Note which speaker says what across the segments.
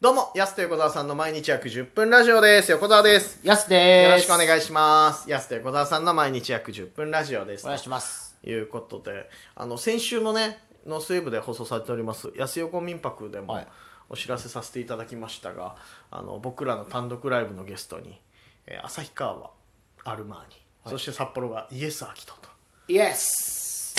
Speaker 1: どうも、やすと横澤さんの毎日約10分ラジオです。横澤です。
Speaker 2: やすで
Speaker 1: よろ
Speaker 2: ー
Speaker 1: し
Speaker 2: す。
Speaker 1: くお
Speaker 2: い
Speaker 1: 願いします。やすと横澤さんの毎日約10分ラジオです。
Speaker 2: お願いします。
Speaker 1: ということで、あの、先週のね、ノースウェーブで放送されております、安横民泊でも
Speaker 2: はい
Speaker 1: お知らせさせていただきましたが、あの、僕らの単独ライブのゲストに、えー旭川アルマーニ、そして札幌がイエス・アキト と。
Speaker 2: イエス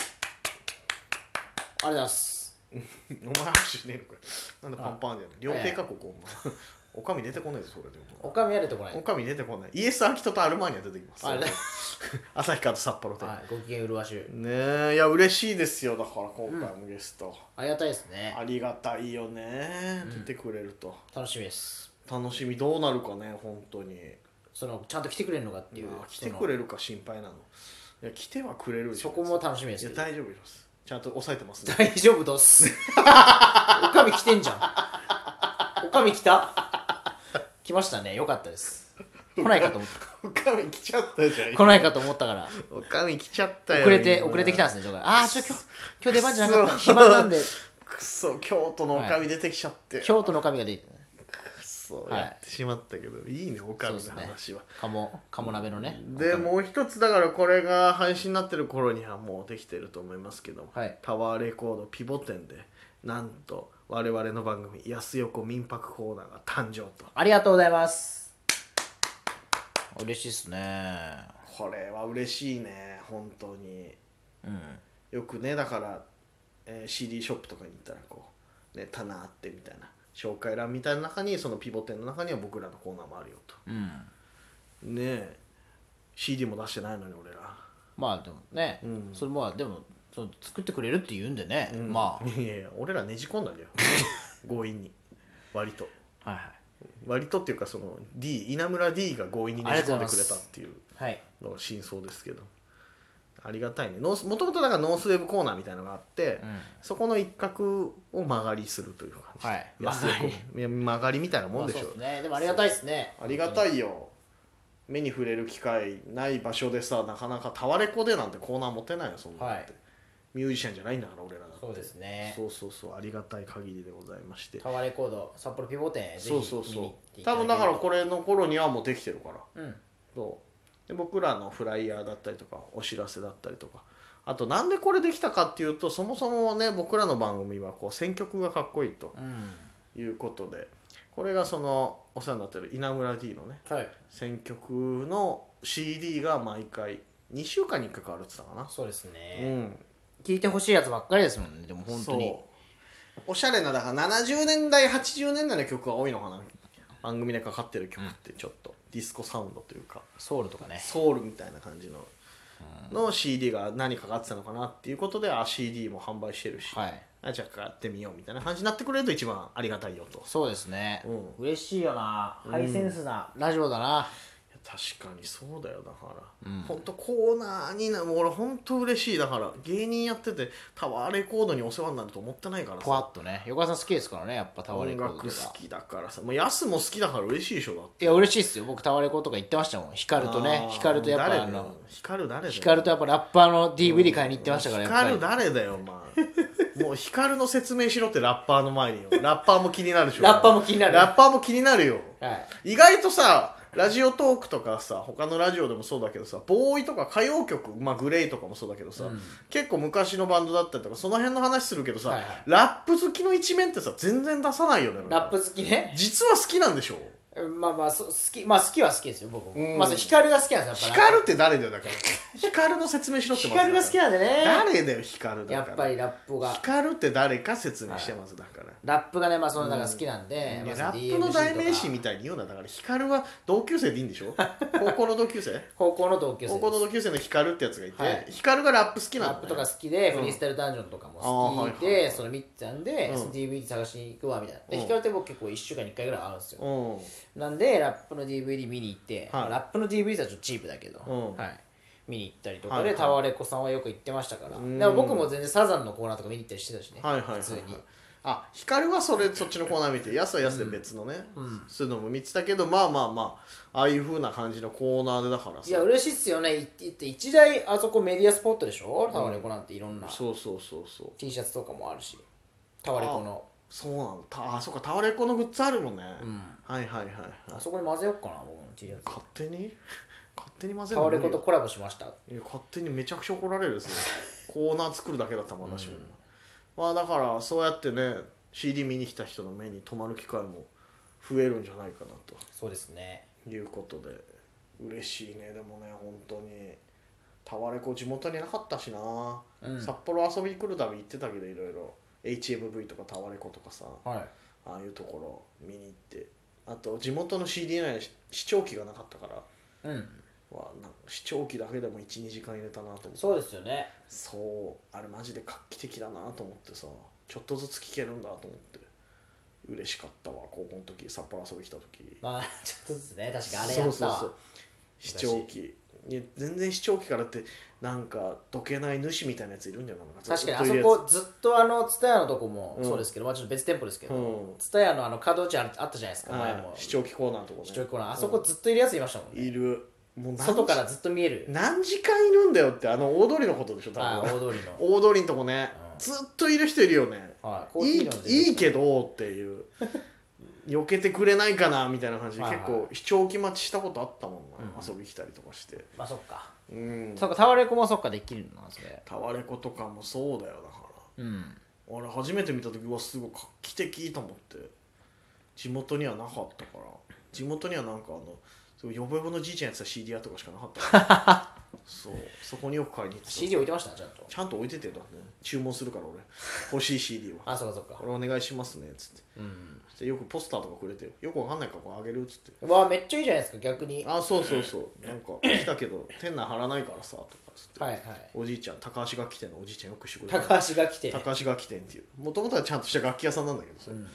Speaker 2: ありがとうございます。
Speaker 1: お前拍手ねえのかよなんでパンパンじゃない両手かここ、お前。おかみ出てこないぞ、それで。
Speaker 2: おかみやれてこない。
Speaker 1: おかみ出てこないイエス・アキトとアルマーニは出てきます
Speaker 2: あれ
Speaker 1: 旭川と札幌と、
Speaker 2: はい、ご機嫌うるわしゅう。
Speaker 1: ねえいや嬉しいですよだから今回のゲスト、
Speaker 2: ありがたいですね
Speaker 1: あ。りがたいよね出てくれると、
Speaker 2: 楽しみです。
Speaker 1: 楽しみどうなるかね本当に
Speaker 2: その、ちゃんと来てくれるのかっていう。
Speaker 1: まあ来てく
Speaker 2: る
Speaker 1: れるか心配なのいや来てはくれるでし
Speaker 2: そ
Speaker 1: ょ
Speaker 2: こも楽しみで
Speaker 1: い
Speaker 2: す
Speaker 1: や
Speaker 2: けど。
Speaker 1: 大丈夫ですちゃんと抑えてますね
Speaker 2: 大丈夫どっす。おかみ来てんじゃん。おかみ来た来ましたね。よかったです。来ないかと思った。
Speaker 1: おかみ来ちゃったじゃん
Speaker 2: 来ないかと思ったから。
Speaker 1: おかみ来ちゃったよ
Speaker 2: 遅れて、
Speaker 1: 今
Speaker 2: 遅れてきたんですね、ちょっとああ、ちょ、今日、今日出番じゃなかった。
Speaker 1: くそ
Speaker 2: 暇なんで、
Speaker 1: くそ京都のおかみ出てきちゃって、
Speaker 2: 京都の神がでいい。
Speaker 1: くそ
Speaker 2: はい
Speaker 1: やってしまったけど、い、いねおかみの話は
Speaker 2: 鴨鴨鍋のね
Speaker 1: でもう一つだからこれが配信になってる頃にはもうできてると思いますけども、
Speaker 2: はい
Speaker 1: タワーレコードピボ店でなんと我々の番組「安横民泊コーナー」が誕生と
Speaker 2: ありがとうございます嬉しいっすね
Speaker 1: これは嬉しいね本当に
Speaker 2: うん
Speaker 1: よくねだから、えー CD ショップとかに行ったらこう、ね、棚あってみたいな紹介欄みたいな中にそのピボ店の中には僕らのコーナーもあるよと
Speaker 2: うん
Speaker 1: ねえ CD も出してないのに俺ら
Speaker 2: まあでもね、
Speaker 1: うん
Speaker 2: それまあでもその作ってくれるって言うんでね、ま
Speaker 1: あいやいや俺らねじ込んだんだ よ強引に割と
Speaker 2: あはい
Speaker 1: 割とっていうかその D 稲村 D が強引にねじ込んでくれたっていう
Speaker 2: はい、はい、
Speaker 1: のが真相ですけどありがたいねノースもともとだからノースウェブコーナーみたいなのがあって、
Speaker 2: うん
Speaker 1: そこの一角を曲がりするという感じ、
Speaker 2: はい
Speaker 1: 安い
Speaker 2: 曲が
Speaker 1: いや曲がりみたいなもんでしょ
Speaker 2: まあそうっすねでもありがたいっすね
Speaker 1: ありがたいよ目に触れる機会ない場所でさなかなかタワレコでなんてコーナー持てないよそんなのって、
Speaker 2: はい
Speaker 1: ミュージシャンじゃないんだから俺らだって
Speaker 2: そうですね
Speaker 1: そうそうそうありがたい限りでございまして
Speaker 2: タワーレコード札幌ピボ店ぜひ
Speaker 1: そうそう
Speaker 2: 見に行
Speaker 1: そ
Speaker 2: って
Speaker 1: う
Speaker 2: い
Speaker 1: 多
Speaker 2: た
Speaker 1: 分
Speaker 2: け
Speaker 1: だ
Speaker 2: れば
Speaker 1: からこれの頃にはもうできてるから
Speaker 2: うん
Speaker 1: そうで僕らのフライヤーだったりとかお知らせだったりとかあとなんでこれできたかっていうとそもそもね僕らの番組はこう選曲がかっこいいと
Speaker 2: うん
Speaker 1: いうことでこれがそのお世話になってる稲村 D のね
Speaker 2: はい
Speaker 1: 選曲の CD が毎回2週間に1回変わるって言ったかな
Speaker 2: そうです
Speaker 1: う
Speaker 2: ね、
Speaker 1: ん
Speaker 2: 聞いてほしいやつばっかりですもんねでも本当に
Speaker 1: そうおしゃれなだから70年代80年代の曲が多いのかな番組でかかってる曲ってちょっとディスコサウンドというか
Speaker 2: ソウルとかね
Speaker 1: ソウルみたいな感じのの CD が何かかってたのかなっていうことであ CD も販売してるし、
Speaker 2: はい
Speaker 1: あじゃあ買ってみようみたいな感じになってくれると一番ありがたいよと
Speaker 2: そうですね、
Speaker 1: う
Speaker 2: 嬉しいよなハイセンスなラジオだな、
Speaker 1: 確かにそうだよだから、ほんとコーナーになもう俺ほんと嬉しいだから芸人やっててタワーレコードにお世話になると思ってないから
Speaker 2: ぽわっとね横川さん好きですからねやっぱタワーレ
Speaker 1: 音
Speaker 2: コード
Speaker 1: 楽
Speaker 2: と
Speaker 1: 好
Speaker 2: か
Speaker 1: きだからさもうヤスも好きだから嬉しいでしょだって
Speaker 2: いや嬉しいっすよ僕タワーレコードとか行ってましたもん光とね光とやっぱあの
Speaker 1: 光る誰だよ
Speaker 2: 光とやっぱラッパーの DVD 買いに行ってましたからやっぱり
Speaker 1: 光る誰だよお前 もう光の説明しろってラッパーの前によラッパーも気になるでしょ
Speaker 2: ラッパーも気になる
Speaker 1: ラッパーも気になるよ
Speaker 2: はい
Speaker 1: 意外とさラジオトークとかさ他のラジオでもそうだけどさボーイとか歌謡曲、まあ、グレイとかもそうだけどさ、結構昔のバンドだったりとかその辺の話するけどさ、
Speaker 2: はいはい
Speaker 1: ラップ好きの一面ってさ全然出さないよね
Speaker 2: ラップ好きね
Speaker 1: 実は好きなんでしょ
Speaker 2: まあまあそ好きまあ好きは好きですよ僕も、
Speaker 1: うん
Speaker 2: まあそう光が好きなんですよやっぱ
Speaker 1: 光って誰だよだから光の説明しろってまず
Speaker 2: 光が好きなんでね
Speaker 1: 誰だよ光だ
Speaker 2: や
Speaker 1: から
Speaker 2: っぱりラップが
Speaker 1: 光って誰か説明してますだから
Speaker 2: ラップがねまあそのだから好きなんで、
Speaker 1: い
Speaker 2: ま
Speaker 1: や
Speaker 2: あ
Speaker 1: ラッ
Speaker 2: DMC
Speaker 1: プの代名
Speaker 2: と
Speaker 1: 詞
Speaker 2: か
Speaker 1: みたいに言うなだから光は同級生でいいんでし ょ高校の同級生
Speaker 2: 高校の同級生
Speaker 1: 高
Speaker 2: で
Speaker 1: 校
Speaker 2: す
Speaker 1: の同級生の光ってやつがいて、
Speaker 2: はい
Speaker 1: 光がラップ好きな
Speaker 2: ラ
Speaker 1: の、
Speaker 2: ップとか好きで、フリースタイルダンジョンとかも好きで、
Speaker 1: あーはいはいはい
Speaker 2: そのみっちゃんで、
Speaker 1: うん
Speaker 2: その DVD 探しに行くわみたいな。で、
Speaker 1: うん
Speaker 2: ヒカルって僕結構1週間に1回ぐらいあるんですよ。
Speaker 1: うん
Speaker 2: なんで、ラップの DVD 見に行って、
Speaker 1: はい
Speaker 2: ラップの DVD はちょっとチープだけど、
Speaker 1: うん
Speaker 2: はい、見に行ったりとかで、
Speaker 1: はいはい
Speaker 2: タワレコさんはよく行ってましたから、
Speaker 1: ん
Speaker 2: でも僕も全然サザンのコーナーとか見に行ったりしてたしね、
Speaker 1: はいはいはい、はい
Speaker 2: 普通に。
Speaker 1: あ光はそれそっちのコーナー見てやすはやすで別のね、そういうのも見てたけどまあまあまあああいうふうな感じのコーナーでだからさ
Speaker 2: いや、嬉しいっすよね。行って行って一大あそこメディアスポットでしょタワレコなんていろんな、
Speaker 1: そうそうそうそう
Speaker 2: T シャツとかもあるし、タワレコの。
Speaker 1: そうなんだたあそうかタワレコのグッズあるもんね、
Speaker 2: うん
Speaker 1: はいはいはい
Speaker 2: あ
Speaker 1: はい
Speaker 2: そこに混ぜようかな僕の T シャツ
Speaker 1: 勝手に勝手に混ぜる
Speaker 2: タ
Speaker 1: の無
Speaker 2: ワレ
Speaker 1: 理
Speaker 2: コ
Speaker 1: よ
Speaker 2: とコラボしました
Speaker 1: いや勝手にめちゃくちゃ怒られる ですねコーナー作るだけだったもん私も、まあだからそうやってね CD 見に来た人の目に留まる機会も増えるんじゃないかな
Speaker 2: そうですね
Speaker 1: ということで嬉しいねでもね本当にタワレコ地元になかったしな、
Speaker 2: うん
Speaker 1: 札幌遊びに来るたび行ってたけどいろいろ HMV とかタワレコとかさ
Speaker 2: はい
Speaker 1: ああいうところ見に行ってあと地元の CD 内で視聴器がなかったから
Speaker 2: うん
Speaker 1: わなんか視聴器だけでも12時間入れたなと思って
Speaker 2: そうですよね
Speaker 1: そうあれマジで画期的だなと思ってさちょっとずつ聞けるんだと思って嬉しかったわ高校の時札幌遊び来た時
Speaker 2: まあちょっとずつね確かあれやったわ
Speaker 1: 視聴器いや全然視聴器からってなんかどけない主みたいなやついるんじゃないかな
Speaker 2: 確かにあ
Speaker 1: ずっと
Speaker 2: そ
Speaker 1: いるや
Speaker 2: こずっとあの蔦屋のとこも
Speaker 1: うん
Speaker 2: そうですけど、まあちょっと別店舗ですけ
Speaker 1: つう
Speaker 2: ど蔦屋、のあの角打ちあったじゃないですか
Speaker 1: ん
Speaker 2: 前
Speaker 1: は
Speaker 2: も
Speaker 1: い視聴器コーナーとかね
Speaker 2: 視聴コーナーあそこずっといるやついましたもん
Speaker 1: い
Speaker 2: ね
Speaker 1: るもう何時
Speaker 2: 外からずっと見える
Speaker 1: 何時間いるんだよってあの大通りのことでしょ多
Speaker 2: あ
Speaker 1: 分
Speaker 2: 大通りの
Speaker 1: 大通りのとこね、
Speaker 2: うん
Speaker 1: ずっといる人いるよね
Speaker 2: はいコーヒ
Speaker 1: いい
Speaker 2: ー飲んでる
Speaker 1: いいけどっていう 避けてくれないかなみたいな感じで
Speaker 2: はい
Speaker 1: 結
Speaker 2: はい
Speaker 1: 構視聴き待ちしたことあったもんな、
Speaker 2: うん
Speaker 1: 遊び来たりとかして
Speaker 2: まあそっか
Speaker 1: うん
Speaker 2: そっかタワレコもそっかできるのなそれ
Speaker 1: タワレコとかもそうだよだから
Speaker 2: うん
Speaker 1: 俺初めて見た時はすごい画期的と思って地元にはなかったから地元にはなんかあのすごいヨボヨボのじいちゃんやってた CD 屋とかしかなかったから そうそこによく買いに行ってた
Speaker 2: CD 置いてましたちゃんと
Speaker 1: ちゃんと置いててだね注文するから俺欲しい CD は
Speaker 2: あそっかそっか
Speaker 1: これお願いしますねっつって
Speaker 2: うん
Speaker 1: そしてよくポスターとかくれてよよくわかんないからこれあげるっつって
Speaker 2: うわめっちゃいいじゃないですか逆には
Speaker 1: あそうそうそうなんか来たけど店内貼らないからさとかっつって、
Speaker 2: いはい
Speaker 1: おじいちゃん高橋楽器店のおじいちゃんよくしてくれて
Speaker 2: 高橋が来てね
Speaker 1: 高橋楽器店っていうもともとはちゃんとした楽器屋さんなんだけどさ、
Speaker 2: うん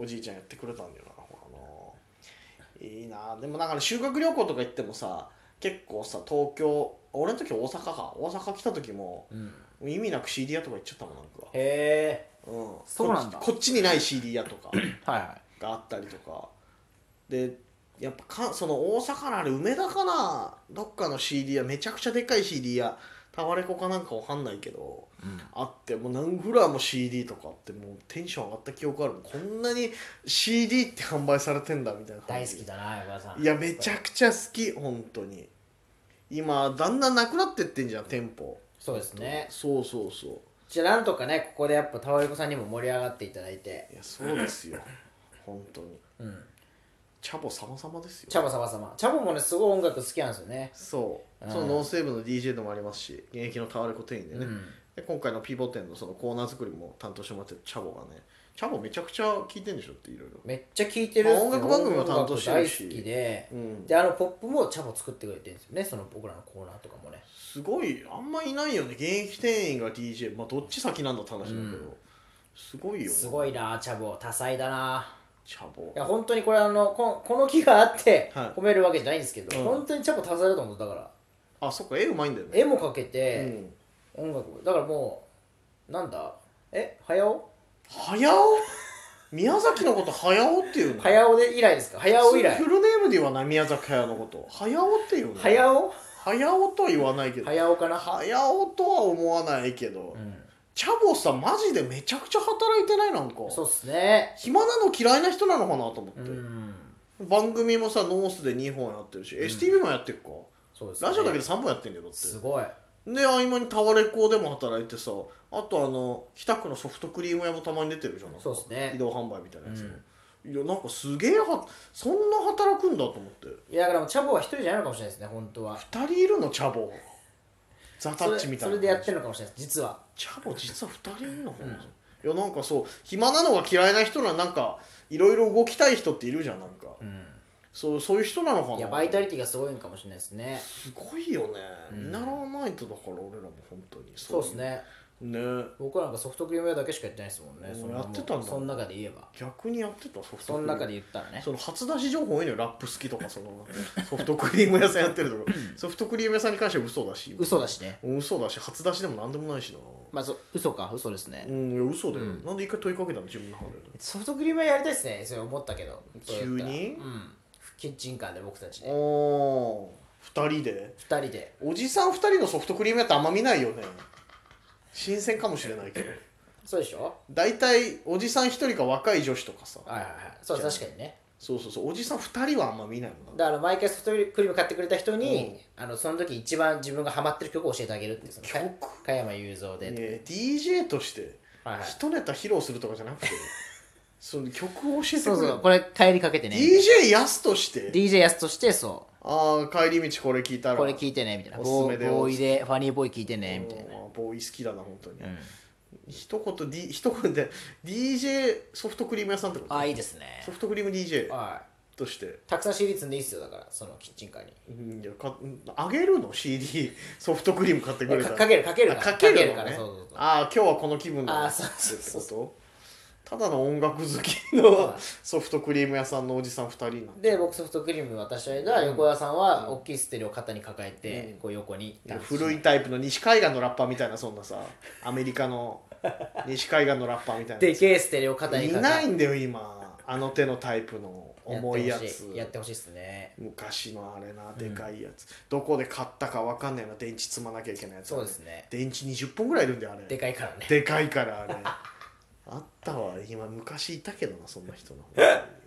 Speaker 1: おじいちゃんやってくれたんだよなほらあのいいなでもなんか修学旅行とか行ってもさ結構さ東京俺の時大阪か大阪来た時も
Speaker 2: うん
Speaker 1: 意味なく CD 屋とか行っちゃったもんなんか
Speaker 2: へえ
Speaker 1: うん、
Speaker 2: そうなんだ
Speaker 1: こっちこっちにない CD 屋とか
Speaker 2: はいはい
Speaker 1: があったりとかでやっぱかその大阪のあれ梅田かなどっかの CD 屋めちゃくちゃでかい CD 屋タワレコかなんかわかんないけど、あってもう何フラーも CD とかあってもうテンション上がった記憶あるもんこんなに CD って販売されてんだみたいな
Speaker 2: 大
Speaker 1: 感
Speaker 2: 好
Speaker 1: じ
Speaker 2: きだな横田さん
Speaker 1: いやめちゃくちゃ好き本当に今だんだんなくなってってんじゃん店舗
Speaker 2: そうですね
Speaker 1: そうそうそう
Speaker 2: じゃあなんとかねここでやっぱタワレコさんにも盛り上がっていただいて
Speaker 1: いやそうです よ本当に
Speaker 2: うん
Speaker 1: チャボ様々ですよ
Speaker 2: チャボ様様チャボもねすごい音楽好きなんですよね
Speaker 1: そう、
Speaker 2: うん
Speaker 1: そのノーセーブの DJ でもありますし現役のタワレコ店員でね、
Speaker 2: うん
Speaker 1: で今回のピボ店のそのコーナー作りも担当してもらってるチャボがねチャボめちゃくちゃ聞いてんでしょっていろいろ
Speaker 2: めっちゃ聴いてるっすよ
Speaker 1: 音楽番組も担当してるし
Speaker 2: 音楽大好きで、
Speaker 1: うん
Speaker 2: であのポップもチャボ作ってくれてるんですよねその僕らのコーナーとかもね
Speaker 1: すごいあんまいないよね現役店員が DJ まあどっち先なんだって話だけど、
Speaker 2: うん
Speaker 1: すごいよね
Speaker 2: すごいなチャボ多彩だな
Speaker 1: チャボ
Speaker 2: いや本当にこれあのここの木があって
Speaker 1: はい
Speaker 2: 褒めるわけじゃないんですけど、
Speaker 1: うん
Speaker 2: 本当にチャボ多彩だと思うだから
Speaker 1: あそっか絵うまいんだよね
Speaker 2: 絵も描けて、
Speaker 1: うん
Speaker 2: 音楽もだからもうなんだえ早尾
Speaker 1: 早尾宮崎のこと早尾っていうの
Speaker 2: 早尾で以来ですか早尾以来
Speaker 1: フルネームで言わない宮崎駿のこと早尾っていうの
Speaker 2: 早尾
Speaker 1: 早尾とは言わないけど
Speaker 2: 早尾かな
Speaker 1: 早尾とは思わないけど、
Speaker 2: うん
Speaker 1: チャボさんマジでめちゃくちゃ働いてないなんか
Speaker 2: そうっすね
Speaker 1: 暇なの嫌いな人なのかなと思って
Speaker 2: う、ん
Speaker 1: 番組もさノースで2本やってるし、
Speaker 2: ん
Speaker 1: STV もやってるか
Speaker 2: そうですね
Speaker 1: ラジオだけで3本やってんだよだって
Speaker 2: すごい
Speaker 1: で合間にタワレコでも働いてさあとあの北区のソフトクリーム屋もたまに出てるじゃんなんか
Speaker 2: そうっすね
Speaker 1: 移動販売みたいなやつも、いやなんかすげえはそんな働くんだと思って
Speaker 2: いやだからもうチャボは一人じゃないのかもしれないですね本当は
Speaker 1: 2人いるのチャボザタ
Speaker 2: そ
Speaker 1: ッ
Speaker 2: れ
Speaker 1: チみた
Speaker 2: そ
Speaker 1: いな
Speaker 2: れでやってるのかもしれないです実は
Speaker 1: チャボ実は2人いるのかな、いやなんかそう暇なのが嫌いな人ならなんかいろいろ動きたい人っているじゃんなんか、そうそういう人なのかない
Speaker 2: やバイタリティがすごいのかもしれないですね
Speaker 1: すごいよね、
Speaker 2: ん
Speaker 1: 見習わないとだから俺らも本当に
Speaker 2: そう
Speaker 1: い
Speaker 2: ですね
Speaker 1: ね
Speaker 2: 僕はなんかソフトクリーム屋だけしかやってないですもんね
Speaker 1: うん
Speaker 2: その
Speaker 1: やってたんだ
Speaker 2: その中で言えば
Speaker 1: 逆にやってたソフト
Speaker 2: そ
Speaker 1: ク
Speaker 2: の
Speaker 1: リーム
Speaker 2: 中で言ったらね
Speaker 1: その初出し情報多いのよラップ好きとかそのソフトクリーム屋さんやってるとかソフトクリーム屋さんに関しては嘘だし
Speaker 2: 嘘だしね
Speaker 1: うん嘘だし初出しでも何でもないしな
Speaker 2: まあそ嘘か嘘ですね
Speaker 1: うんいや嘘だよ、
Speaker 2: うん
Speaker 1: なんで一回問いかけたの自分の中で
Speaker 2: ソフトクリーム屋やりたいですねそれ思ったけど
Speaker 1: 急
Speaker 2: そう
Speaker 1: に
Speaker 2: やったらうんキッチンカーで僕たちね
Speaker 1: お2人で
Speaker 2: 2人で
Speaker 1: おじさん2人のソフトクリーム屋ってあんま見ないよね新鮮かもしれないけど
Speaker 2: そうでしょ
Speaker 1: 大体おじさん一人か若い女子とかさ
Speaker 2: はいはいはいそう
Speaker 1: じゃあ
Speaker 2: 確かにね
Speaker 1: そうそうそうおじさん二人はあんま見ないもんな
Speaker 2: だから毎回ソフトクリーム買ってくれた人に、あのその時一番自分がハマってる曲を教えてあげるっていうそのか加山雄三で、
Speaker 1: ねえ DJ として
Speaker 2: はいはい
Speaker 1: 一ネタ披露するとかじゃなくて その曲を教えてくれ
Speaker 2: そうそう これ帰りかけてね
Speaker 1: DJ やすとして
Speaker 2: DJ やすとしてそ
Speaker 1: ああ帰り道これ聞いた
Speaker 2: う
Speaker 1: ら
Speaker 2: これ聞いてねみたいな
Speaker 1: おすす
Speaker 2: ボ
Speaker 1: めだ
Speaker 2: ー
Speaker 1: よ
Speaker 2: ボーイでファニーボーイ聞いてねみたいな、
Speaker 1: うんあーボーイ好きだな本当に、
Speaker 2: うん、
Speaker 1: 一言、D、一言で DJ ソフトクリーム屋さんってこと
Speaker 2: ああいいですね
Speaker 1: ソフトクリーム DJ
Speaker 2: はい
Speaker 1: として
Speaker 2: たくさん CD 積んでいいっすよだからそのキッチンカーに
Speaker 1: うんいやかうんあげるの CD ソフトクリーム買ってくれた
Speaker 2: からかけるかける
Speaker 1: あ
Speaker 2: ら
Speaker 1: かける
Speaker 2: か
Speaker 1: の
Speaker 2: ら
Speaker 1: ね
Speaker 2: そうそうそう
Speaker 1: ああ今日はこの気分だな
Speaker 2: あーそうそうそう
Speaker 1: ってことただの音楽好き
Speaker 2: そう
Speaker 1: のソフトクリーム屋さんのおじさん2人なんて
Speaker 2: で僕ソフトクリーム渡した間、横田さんは大きいステレオを肩に抱えて、こう横に
Speaker 1: いや古いタイプの西海岸のラッパーみたいなそんなさアメリカの西海岸のラッパーみたいな
Speaker 2: でけえステレオを肩に
Speaker 1: い
Speaker 2: 抱
Speaker 1: ない
Speaker 2: えて
Speaker 1: んだよ今あの手のタイプの重いやつ
Speaker 2: やってほしいやってほしいっすね
Speaker 1: 昔のあれなでかいやつ、どこで買ったか分かんないな電池積まなきゃいけないやつ
Speaker 2: そうですね
Speaker 1: 電池20本ぐらいいるんだよあれ
Speaker 2: でかいからね
Speaker 1: でかいからあれ あったわ今昔いたけどなそんな人の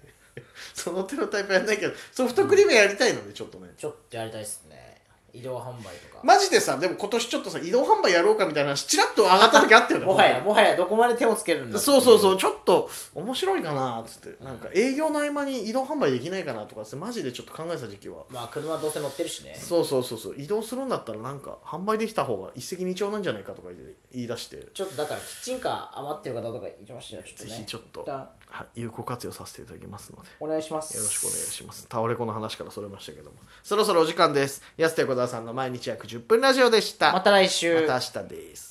Speaker 1: その手のタイプやんないけどソフトクリームやりたいのでちょっとね
Speaker 2: ちょっとやりたいっすね移動販売とか、
Speaker 1: マジでさでも今年ちょっとさ移動販売やろうかみたいな話ちらっと上がった時あったよね
Speaker 2: もはやもはやどこまで手をつけるんだ
Speaker 1: そうそうそううちょっと面白いかなっつってなんか営業の合間に移動販売できないかなとかっつってマジでちょっと考えてた時期は
Speaker 2: まあ車どうせ乗ってるしね
Speaker 1: そうそうそうそう移動するんだったらなんか販売できた方が一石二鳥なんじゃないかとか言い出して、
Speaker 2: ちょっとだからキッチンカー余ってる方とかいましたよちょっと
Speaker 1: ぜ
Speaker 2: ね
Speaker 1: ひちょっと
Speaker 2: 一、旦
Speaker 1: はい、有効活用させていただきますので
Speaker 2: お願いします
Speaker 1: よろしくお願いしますタワレコの話からそれましたけどもそろそろお時間です安手小沢さんの毎日約10分ラジオでした
Speaker 2: また来週
Speaker 1: また明日です